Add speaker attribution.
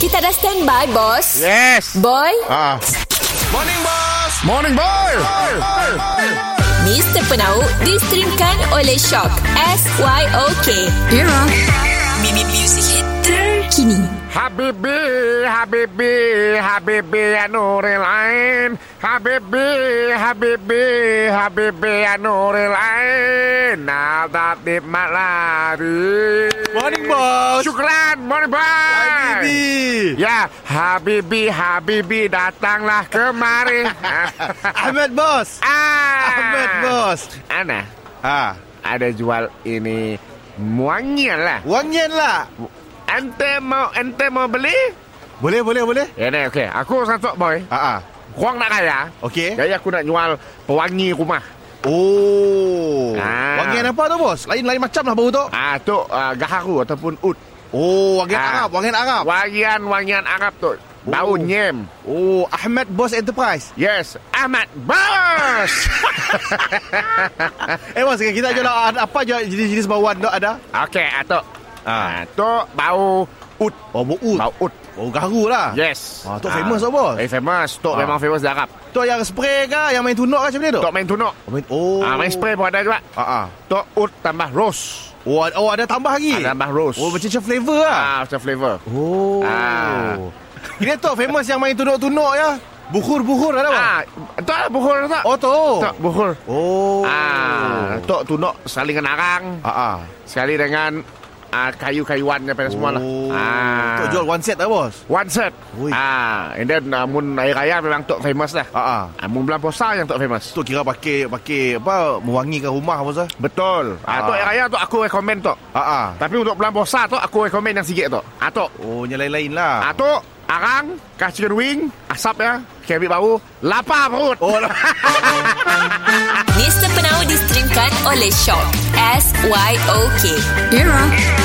Speaker 1: Kita dah standby, bos.
Speaker 2: Yes.
Speaker 1: Boy,
Speaker 2: Ah.
Speaker 3: Morning Boss
Speaker 2: Morning boy.
Speaker 1: Mr. Penau distrimkan oleh Shock. S-Y-O-K. Era. Mimi Music Hit terkini.
Speaker 2: Habibi, Habibi, Habibi Anuri Lain. Habibi, Habibi, Habibi Anuri Lain. Now that the malari.
Speaker 3: Morning Boss
Speaker 2: Syukran, morning boy.
Speaker 3: Habibi
Speaker 2: Ya, Habibi, Habibi datanglah kemari.
Speaker 3: Ahmad Boss
Speaker 2: ah.
Speaker 3: Ahmad Boss
Speaker 2: Ana,
Speaker 3: Ha
Speaker 2: ada jual ini muangnya lah.
Speaker 3: Wangian lah
Speaker 2: Ente mau ente mau beli?
Speaker 3: Boleh boleh boleh
Speaker 2: Ya ni okey. Aku satu boy.
Speaker 3: Ha ah.
Speaker 2: Korang nak kaya?
Speaker 3: Okey
Speaker 2: Jadi aku nak jual pewangi rumah.
Speaker 3: Oh
Speaker 2: Ah.
Speaker 3: Wangian apa tu Boss Lain-lain macam lah baru tu
Speaker 2: Ah tu uh, gaharu ataupun ud.
Speaker 3: Oh wangian
Speaker 2: Ah.
Speaker 3: Arab Wangian Arab
Speaker 2: Wangian-wangian Arab tu. Bau
Speaker 3: Oh.
Speaker 2: nyem.
Speaker 3: Oh Ahmad Boss Enterprise
Speaker 2: Yes, Ahmad Bos.
Speaker 3: Eh Boss kita jual apa jual jenis-jenis bauan tu ada
Speaker 2: okey, atuk. Ah,
Speaker 3: Ah.
Speaker 2: tu bau ud.
Speaker 3: Oh bau
Speaker 2: Bau Ya. ud.
Speaker 3: Oh garu lah
Speaker 2: Yes.
Speaker 3: Ah, tu famous lah, bos.
Speaker 2: Eh famous. Tu
Speaker 3: Ah.
Speaker 2: memang famous di Arab.
Speaker 3: Tu yang spray ke Yang main tunuk ke macam mana tu
Speaker 2: Tu main tunuk.
Speaker 3: Oh, main, oh.
Speaker 2: Ah, main spray pun ada juga.
Speaker 3: Ah, ah.
Speaker 2: Tu ud tambah rose.
Speaker 3: Oh, ada- oh, ada tambah lagi.
Speaker 2: Ah, tambah rose.
Speaker 3: Oh, macam-macam flavor lah.
Speaker 2: Ah, macam flavor.
Speaker 3: Oh.
Speaker 2: Ah.
Speaker 3: Kira tu famous yang main tunuk-tunuk ya. Buhur-buhur ada apa?
Speaker 2: Ah, tu lah buhur tu.
Speaker 3: Oh, tu.
Speaker 2: Tak buhur.
Speaker 3: Oh.
Speaker 2: Ah, tok tunuk saling dengan arang.
Speaker 3: Ah, ah.
Speaker 2: Sekali dengan ah, kayu-kayuan daripada semua lah.
Speaker 3: Oh.
Speaker 2: Ah.
Speaker 3: Tu jual one set tak, bos?
Speaker 2: One set.
Speaker 3: Ui.
Speaker 2: Ah, and then uh, mun air raya memang tok famous lah.
Speaker 3: Ah, ah.
Speaker 2: Ah, mun bulan puasa yang tok famous.
Speaker 3: Tu kira pakai pakai apa mewangikan rumah bos ah.
Speaker 2: Betul. Ah, tok
Speaker 3: Ah.
Speaker 2: air raya tu aku recommend tok.
Speaker 3: Ah, ah.
Speaker 2: Tapi untuk bulan puasa tu aku recommend yang sikit tok. Ah tok.
Speaker 3: Oh, yang lain-lain lah.
Speaker 2: Ah tok arang, kah chicken wing, asap ya, kebab bau, lapar perut.
Speaker 3: Oh, lah.
Speaker 1: Mr. Penau distrimkan oleh Shock. S-Y-O-K. Era.